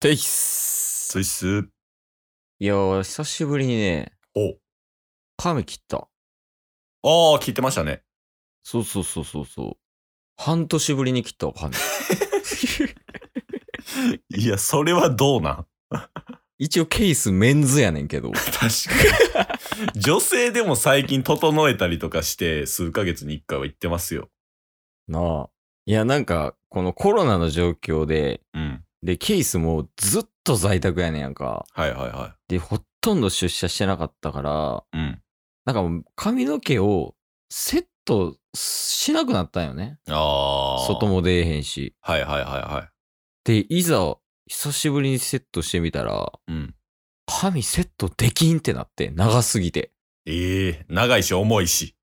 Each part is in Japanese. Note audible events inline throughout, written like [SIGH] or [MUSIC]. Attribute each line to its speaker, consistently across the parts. Speaker 1: テイス
Speaker 2: スイス。
Speaker 1: いやー、久しぶりにね、
Speaker 2: お。
Speaker 1: 髪切った。
Speaker 2: ああ、聞いてましたね。
Speaker 1: そうそうそうそうそう。半年ぶりに切ったわ、髪。 [LAUGHS]
Speaker 2: いや、それはどうなん
Speaker 1: 一応ケースメンズやねんけど。
Speaker 2: 確かに。 [LAUGHS] 女性でも最近整えたりとかして、数ヶ月に一回は行ってますよ。
Speaker 1: なあ。いや、なんか、このコロナの状況で、
Speaker 2: うん。
Speaker 1: で、ケースもずっと在宅やねんやんか。
Speaker 2: はいはいは
Speaker 1: で、ほとんど出社してなかったから、
Speaker 2: い。うん。
Speaker 1: なんかもう髪の毛をセットしなくなったんよね。
Speaker 2: ああ。
Speaker 1: 外。も出えへんし。
Speaker 2: はいはいはいは
Speaker 1: で、いざ、久しぶりにセットしてみたら、
Speaker 2: い。うん。
Speaker 1: 髪セットできんってなって、長すぎて。
Speaker 2: ええ長いし重いし。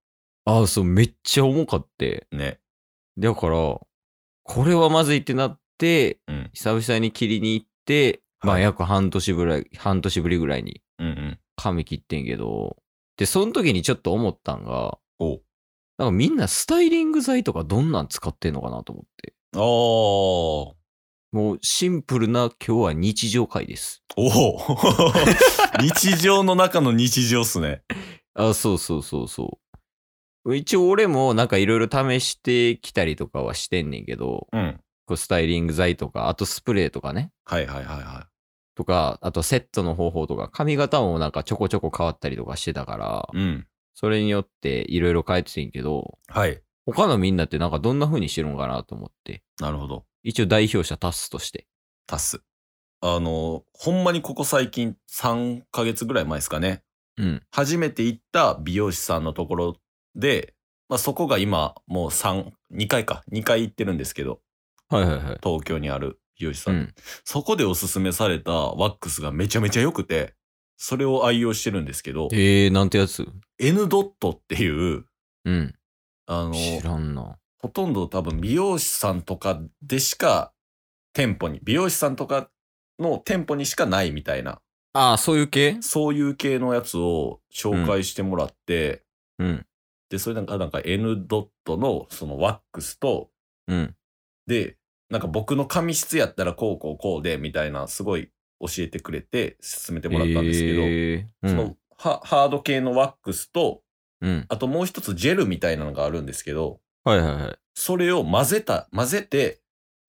Speaker 1: ああ、そう、めっちゃ重かって。
Speaker 2: ね。
Speaker 1: だから、これはまずいってなって、
Speaker 2: うん。
Speaker 1: 久々に切りに行って、ま
Speaker 2: は
Speaker 1: あ
Speaker 2: い
Speaker 1: 約半年ぐらい、半年ぶりぐらいに
Speaker 2: うんうん。
Speaker 1: 髪切ってんけど、で、その時にちょっと思ったんが、
Speaker 2: お
Speaker 1: なんかみんなスタイリング剤とかどんなん使ってんのかなと思って。
Speaker 2: ああ。お
Speaker 1: もうシンプルな今日は日常会です。
Speaker 2: お。 [LAUGHS] 日常の中の日常っすね。
Speaker 1: あ、そうそうそうそう。一応俺もなんかいろいろ試してきたりとかはしてんねんけど、
Speaker 2: うん。
Speaker 1: こうスタイリング剤とか、あとスプレーとかね。
Speaker 2: はいはいはいは
Speaker 1: とか、あとセットの方法とか、髪型もなんかちょこちょこ変わったりとかしてたから、
Speaker 2: い。うん。
Speaker 1: それによっていろいろ変えててんけど、
Speaker 2: はい。
Speaker 1: 他のみんなってなんかどんな風にしてるんかなと思って、
Speaker 2: なるほど。
Speaker 1: 一応代表者タスとして。
Speaker 2: 足す。あの、ほんまにここ最近3ヶ月ぐらい前ですかね。
Speaker 1: うん。
Speaker 2: 初めて行った美容師さんのところで、まあ、そこが今もう3、2回か、2回行ってるんですけど、
Speaker 1: はいはいはい。
Speaker 2: 東京にある美容師さ。
Speaker 1: うんん。
Speaker 2: そこでおすすめされたワックスがめちゃめちゃ良くて、それを愛用してるんですけど、
Speaker 1: えー、なんてやつ
Speaker 2: N ドットっていう、
Speaker 1: うん。
Speaker 2: あの、
Speaker 1: 知らんな。
Speaker 2: ほとんど多分美容師さんとかでしか店舗に、美容師さんとかの店舗にしかないみたいな
Speaker 1: ああ、そういう系
Speaker 2: そういう系のやつを紹介してもらって、
Speaker 1: うん。
Speaker 2: で、それなんか、なんか N ドットのそのワックスと、
Speaker 1: うん。
Speaker 2: で、なんか僕の髪質やったらこうこうこうで、みたいな、すごい教えてくれて、勧めてもらったんですけど、
Speaker 1: えー、
Speaker 2: そ
Speaker 1: うん
Speaker 2: のハハード系のワックスと、
Speaker 1: うん。
Speaker 2: あともう一つジェルみたいなのがあるんですけど、
Speaker 1: はいはいはい。
Speaker 2: それを混ぜた、混ぜて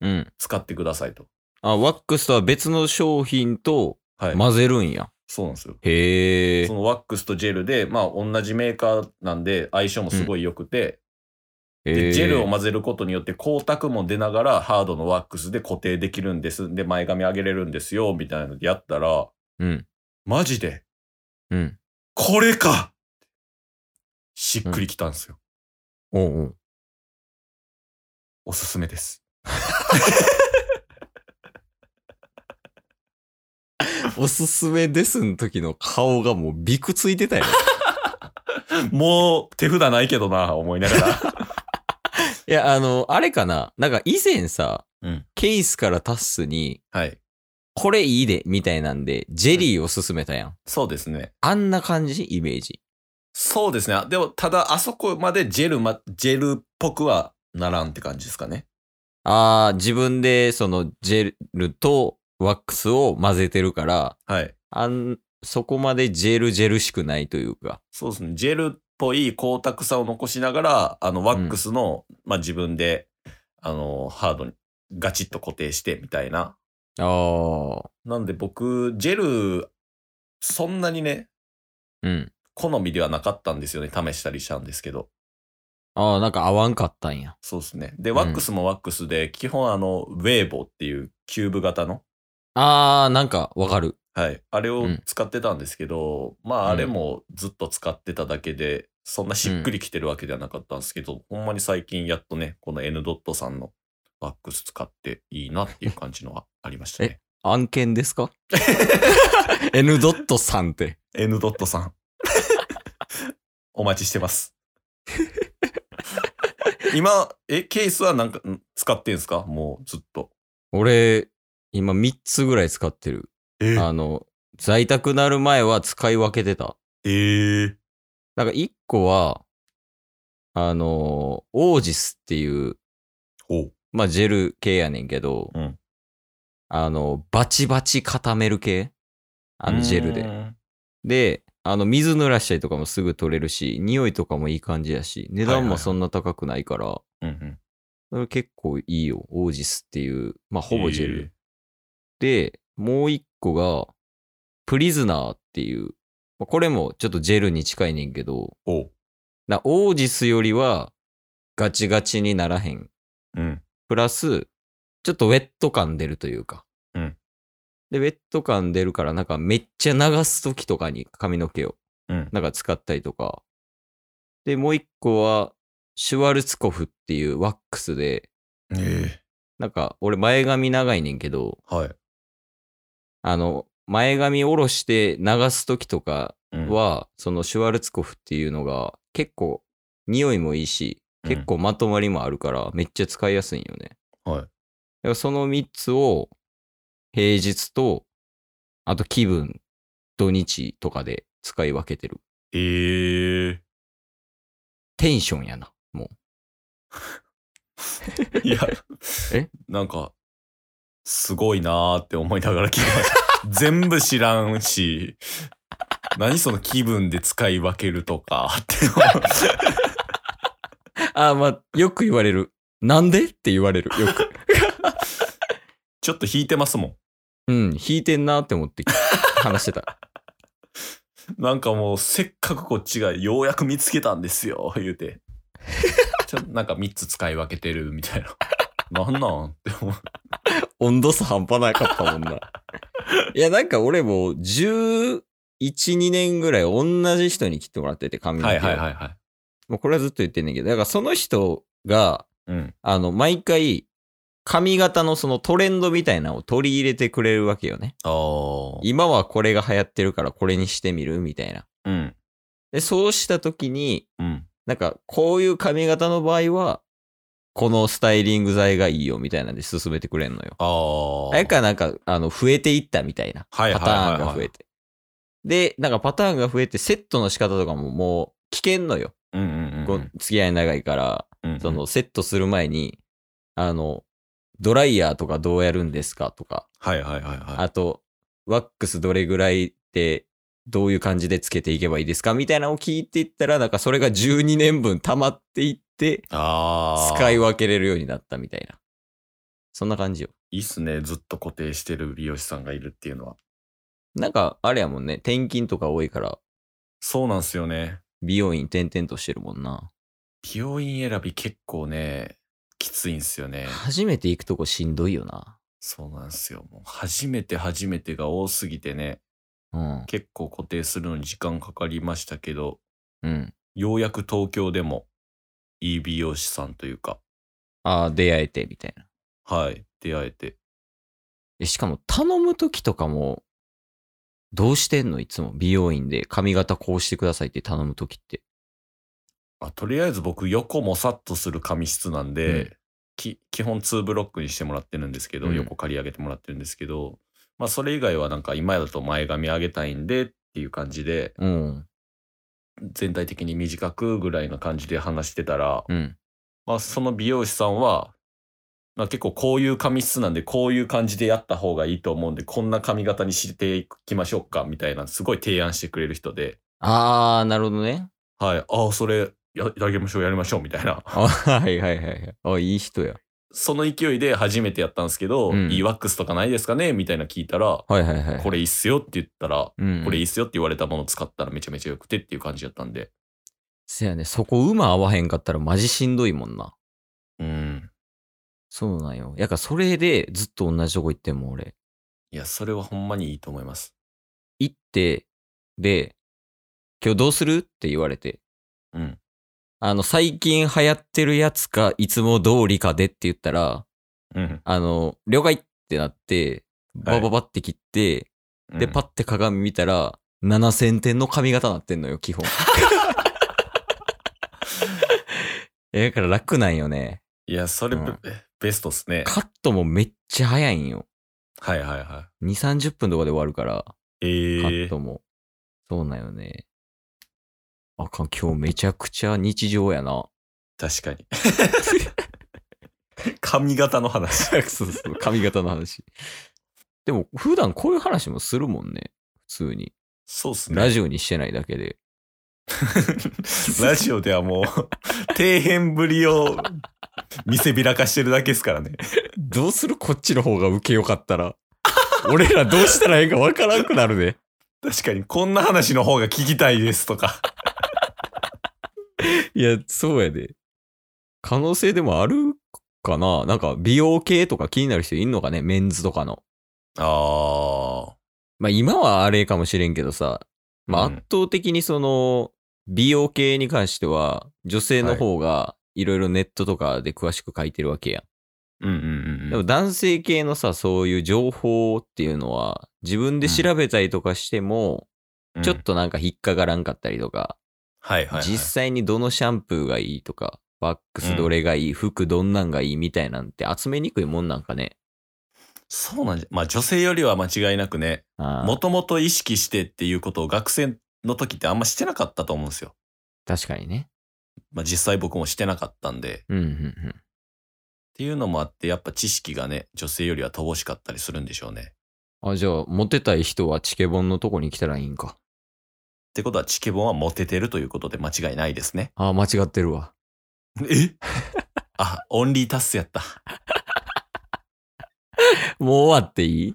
Speaker 1: うん。
Speaker 2: 使ってくださいと。
Speaker 1: あ、ワックスとは別の商品と
Speaker 2: はい。
Speaker 1: 混ぜるんや。
Speaker 2: そうなんですよ。
Speaker 1: へえ
Speaker 2: そ。のワックスとジェルで、まあ同じメーカーなんで相性もすごい良くて、
Speaker 1: へ
Speaker 2: で
Speaker 1: ー
Speaker 2: ジェルを混ぜることによって光沢も出ながらハードのワックスで固定できるんですで前髪上げれるんですよみたいなのでやったら
Speaker 1: うん。
Speaker 2: マジで
Speaker 1: うん。
Speaker 2: これかしっくりきたんですよ、
Speaker 1: おうおう。
Speaker 2: おすすめです
Speaker 1: おすすめですの時の顔がもうビクついてたよ。
Speaker 2: もう手札ないけどな思いながら
Speaker 1: [LAUGHS] いや、あの、あれかな。なんか以前さ、
Speaker 2: うん
Speaker 1: ケースからタッスに、
Speaker 2: はい
Speaker 1: これいいで、みたいなんで、ジェリーを勧めたやん。
Speaker 2: そうですね
Speaker 1: あんな感じイメージ。
Speaker 2: そうですねでもただあそこまでジェルまジェルっぽくはならんって感じですかね
Speaker 1: あー、自分で、その、ジェルとワックスを混ぜてるから、
Speaker 2: はい
Speaker 1: あん、そこまでジェルジェルしくないというか。
Speaker 2: そうですね。ジェルっぽい光沢さを残しながら、あの、ワックスの、まあ、自分で、あの、ハードにガチッと固定してみたいな。
Speaker 1: あー。
Speaker 2: なんで僕、ジェル、そんなにね、
Speaker 1: うん。
Speaker 2: 好みではなかったんですよね。試したりしたんですけど。
Speaker 1: あー、なんか合わんかったんや。
Speaker 2: そうですね。で、
Speaker 1: うん
Speaker 2: ワックスもワックスで、基本あの、ウェーボーっていうキューブ型の、
Speaker 1: あー、なんかわかる。
Speaker 2: はい。あれを
Speaker 1: うん
Speaker 2: 使ってたんですけど、まあ、あれもずっと使ってただけで、そんなしっくりきてるわけではなかったんですけど、ほんまに最近やっとね、この N ドットさんのワックス使っていいなっていう感じのはありましたね。
Speaker 1: 案件ですか ?N ドットさんって。
Speaker 2: N ドットさん。 [LAUGHS] お待ちして
Speaker 1: [LAUGHS]
Speaker 2: ます。今、え、ケースはなんかん使ってんすかもうずっと。
Speaker 1: 俺、今3つぐらい使ってる。
Speaker 2: え
Speaker 1: あの、在宅なる前は使い分けてた。
Speaker 2: えー、
Speaker 1: なんか1個は、あの、オージスっていう、
Speaker 2: おう
Speaker 1: まあ、ジェル系やねんけど、
Speaker 2: うん
Speaker 1: あの、バチバチ固める系あの、ジェル
Speaker 2: う
Speaker 1: で。
Speaker 2: ーん
Speaker 1: で、あの、水濡らしたりとかもすぐ取れるし、匂いとかもいい感じやし、値
Speaker 2: はい
Speaker 1: 段
Speaker 2: はいは
Speaker 1: も
Speaker 2: い
Speaker 1: そんな高くないから、
Speaker 2: うんうん。
Speaker 1: それ結構いいよ。オージスっていう、まあ、ほぼジェル。
Speaker 2: えー。
Speaker 1: で、もう一個が、プリズナーっていう、まあこれもちょっとジェルに近いねんけど、
Speaker 2: おう。
Speaker 1: なオージスよりはガチガチにならへん。
Speaker 2: うん。
Speaker 1: プラス、ちょっとウェット感出るというか。
Speaker 2: うん
Speaker 1: で、ウェット感出るから、なんかめっちゃ流す時とかに髪の毛を、
Speaker 2: うん。
Speaker 1: なんか使ったりとか。で、もう一個は、シュワルツコフっていうワックスで、
Speaker 2: え
Speaker 1: なんか俺前髪長いねんけど、
Speaker 2: えはい。
Speaker 1: あの、前髪下ろして流す時とか
Speaker 2: うん、
Speaker 1: は、そのシュワルツコフっていうのが結構匂いもいいし、
Speaker 2: うん
Speaker 1: 結構まとまりもあるから、めっちゃ使いやすいんよね。
Speaker 2: はい
Speaker 1: だからその3つを平日と、あと気分、土日とかで使い分けてる。
Speaker 2: え
Speaker 1: [LAUGHS]
Speaker 2: え
Speaker 1: テンションやな、も、
Speaker 2: いや
Speaker 1: え
Speaker 2: なんか、すごいなーって思いながら聞いてま
Speaker 1: [LAUGHS]
Speaker 2: した。全部知らんし、何その気分で使い分けるとか
Speaker 1: [LAUGHS]
Speaker 2: って思う。
Speaker 1: う。あ、まあ、よく言われる。なんでって言われる。よく。
Speaker 2: ちょっと引いてますも
Speaker 1: [LAUGHS] うん、弾いてんなって思って話してた。
Speaker 2: ん。なんかもう、せっかくこっちがようやく見つけたんですよ、言うて。ちょっとなんか3つ使い分けてるみたいな。なんなんって思う。
Speaker 1: 温度差半端なかったもん
Speaker 2: [LAUGHS]
Speaker 1: な。いや、なんか俺もう11、2年ぐらい同じ人に切ってもらってて、髪の
Speaker 2: は
Speaker 1: 毛
Speaker 2: い
Speaker 1: を。
Speaker 2: はいはいはい。
Speaker 1: もうこれはずっと言ってんねんけど、だからその人が、
Speaker 2: うん。
Speaker 1: あの、毎回、髪型のそのトレンドみたいなのを取り入れてくれるわけよね。
Speaker 2: ああ。
Speaker 1: 今はこれが流行ってるからこれにしてみるみたいな。
Speaker 2: うん。
Speaker 1: で、そうした時に、
Speaker 2: うん。
Speaker 1: なんか、こういう髪型の場合は、このスタイリング剤がいいよみたいなんで進めてくれんのよ。
Speaker 2: ああ。
Speaker 1: あれからなんか、あの、増えていったみたいな。
Speaker 2: はいは
Speaker 1: パ
Speaker 2: い
Speaker 1: タ
Speaker 2: はいはい
Speaker 1: ーンが増えて。で、なんかパターンが増えて、セットの仕方とかももう聞けんのよ。
Speaker 2: うんうんう
Speaker 1: こ
Speaker 2: ん
Speaker 1: う付き合い長いから、
Speaker 2: うん。
Speaker 1: その、セットする前に、あの、ドライヤーとかどうやるんですかとか、
Speaker 2: はいはいはいはい。
Speaker 1: あと、ワックスどれぐらいで、どういう感じでつけていけばいいですかみたいなのを聞いていったら、なんかそれが12年分溜まっていって、
Speaker 2: ああ。
Speaker 1: 使い分けれるようになったみたいな。そんな感じよ。
Speaker 2: いいっすね。ずっと固定してる美容師さんがいるっていうのは。
Speaker 1: なんか、あれやもんね、転勤とか多いから、
Speaker 2: そうなんすよね。
Speaker 1: 美容院転々としてるもんな。
Speaker 2: 美容院選び結構ね、きついんすよね。
Speaker 1: 初めて行くとこしんどいよな。
Speaker 2: そうなんすよ。もう初めて初めてが多すぎてね、
Speaker 1: うん。
Speaker 2: 結構固定するのに時間かかりましたけど、
Speaker 1: うん。
Speaker 2: ようやく東京でもいい美容師さんというか、
Speaker 1: ああ、出会えてみたいな。
Speaker 2: はい、出会えて。
Speaker 1: えしかも、頼むときとかも、どうしてんのいつも美容院で髪型こうしてくださいって頼むときって。
Speaker 2: まあ、とりあえず僕横もさっとする髪質なんで、
Speaker 1: うん
Speaker 2: き基本2ブロックにしてもらってるんですけど、
Speaker 1: うん
Speaker 2: 横刈り上げてもらってるんですけど、まあ、それ以外はなんか今だと前髪上げたいんでっていう感じで
Speaker 1: うん。
Speaker 2: 全体的に短くぐらいの感じで話してたら、
Speaker 1: うん。
Speaker 2: まあ、その美容師さんは、まあ、結構こういう髪質なんでこういう感じでやった方がいいと思うんでこんな髪型にしていきましょうかみたいなすごい提案してくれる人で
Speaker 1: ああ、なるほどね。 [LAUGHS]
Speaker 2: はいああそれややりましょうやりましょうみたいな。
Speaker 1: あはいはいはいはい。あいい人や。
Speaker 2: その勢いで初めてやったんですけど、
Speaker 1: うん
Speaker 2: いいワックスとかないですかねみたいな聞いたら、
Speaker 1: はいはいはい。
Speaker 2: これいいっすよって言ったら、
Speaker 1: うん。
Speaker 2: これいい
Speaker 1: い。
Speaker 2: っすよって言われたものを使ったらめちゃめちゃ良くてっていう感じだったんで。
Speaker 1: せやね、そこ馬合わへんかったらマジしんどいもんな。
Speaker 2: うん。
Speaker 1: そうなんよ。やからそれでずっと同じとこ行ってんもん俺。
Speaker 2: いや、それはほんまにいいと思います。
Speaker 1: 行って、で、今日どうするって言われて、
Speaker 2: うん。
Speaker 1: あの、最近流行ってるやつか、いつも通りかでって言ったら、
Speaker 2: うん。
Speaker 1: あの、了解ってなって、
Speaker 2: は
Speaker 1: バ
Speaker 2: い
Speaker 1: ババって切って、で、パッて鏡見たら、7000点の髪型なってんのよ、基本。 [LAUGHS] え、だから楽なんよね。
Speaker 2: いや、それ、
Speaker 1: うん
Speaker 2: ベストっすね。
Speaker 1: カットもめっちゃ早いんよ。
Speaker 2: はいはいは
Speaker 1: 2、30分とかで終わるから。
Speaker 2: い。え
Speaker 1: カ
Speaker 2: ー
Speaker 1: ットも。そうなんよね。あかん、今日めちゃくちゃ日常やな。[LAUGHS]
Speaker 2: 確かに。髪型の話。
Speaker 1: そうそう、髪型の話。でも、普段こういう話もするもんね。普通に。
Speaker 2: そうっすね。
Speaker 1: ラ
Speaker 2: ジ
Speaker 1: ジオにしてないだけで。
Speaker 2: オ [LAUGHS] ラジオではもう、底辺ぶりを見せびらかしてるだけですからね。
Speaker 1: どうするこっちの方が受けよかったら。俺らどうしたらええかわからんくなるで。
Speaker 2: 確かに、こんな話の方が聞きたいですとか。
Speaker 1: いや、そうやで。可能性でもあるかななんか美容系とか気になる人いんのかねメンズとかの。
Speaker 2: ああ。
Speaker 1: まあ今はあれかもしれんけどさ、まあ
Speaker 2: うん
Speaker 1: 圧倒的にその美容系に関しては女性の方がいろいろネットとかで詳しく書いてるわけやん。
Speaker 2: うんうんうん
Speaker 1: で
Speaker 2: う
Speaker 1: も
Speaker 2: ん。
Speaker 1: 男性系のさ、そういう情報っていうのは自分で調べたりとかしても、ちょっ
Speaker 2: うん、
Speaker 1: となんか引っかからんかったりとか、
Speaker 2: はいはい、はい。
Speaker 1: 実際にどのシャンプーがいいとか、ワックスどれがいい、服どんなんがいいみたいなんて集めにくいもんなんかね。
Speaker 2: そうなんじゃ。まあ女性よりは間違いなくね、
Speaker 1: あー
Speaker 2: もともと意識してっていうことを学生の時ってあんましてなかったと思うんですよ。
Speaker 1: 確かにね。
Speaker 2: まあ実際僕もしてなかったんで。っ
Speaker 1: うんうんうん。
Speaker 2: ていうのもあって、やっぱ知識がね、女性よりは乏しかったりするんでしょうね。っ
Speaker 1: あ、じゃあ、モテたい人はチケボンのとこに来たらいいんか。
Speaker 2: てことは、チケボンはモテてるということで間違いないですね。
Speaker 1: あ、間違ってるわ。
Speaker 2: え [LAUGHS] あ、オンリータスやった。
Speaker 1: もう終わっていい